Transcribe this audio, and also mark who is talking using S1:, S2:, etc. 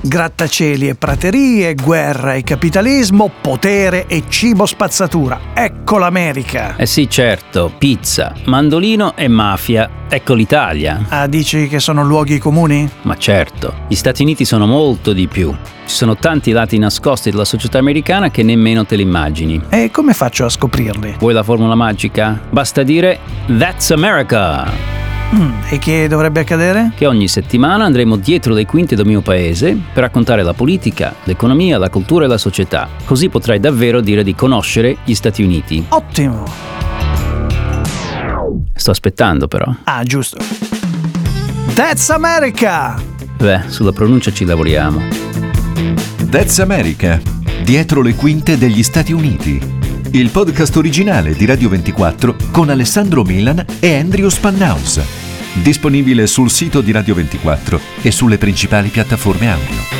S1: Grattacieli e praterie, guerra e capitalismo, potere e cibo spazzatura. Ecco l'America.
S2: Eh sì, certo, pizza, mandolino e mafia. Ecco l'Italia.
S1: Ah, dici che sono luoghi comuni?
S2: Ma certo, gli Stati Uniti sono molto di più. Ci sono tanti lati nascosti della società americana che nemmeno te li immagini.
S1: E come faccio a scoprirli?
S2: Vuoi la formula magica? Basta dire That's America!
S1: Mm, e che dovrebbe accadere?
S2: che ogni settimana andremo dietro le quinte del mio paese per raccontare la politica, l'economia, la cultura e la società. Così potrai davvero dire di conoscere gli Stati Uniti.
S1: Ottimo!
S2: Sto aspettando però.
S1: Ah, giusto. That's America!
S2: Beh, sulla pronuncia ci lavoriamo.
S3: That's America. Dietro le quinte degli Stati Uniti. Il podcast originale di Radio 24 con Alessandro Milan e Andrew Spannaus. Disponibile sul sito di Radio 24 e sulle principali piattaforme audio.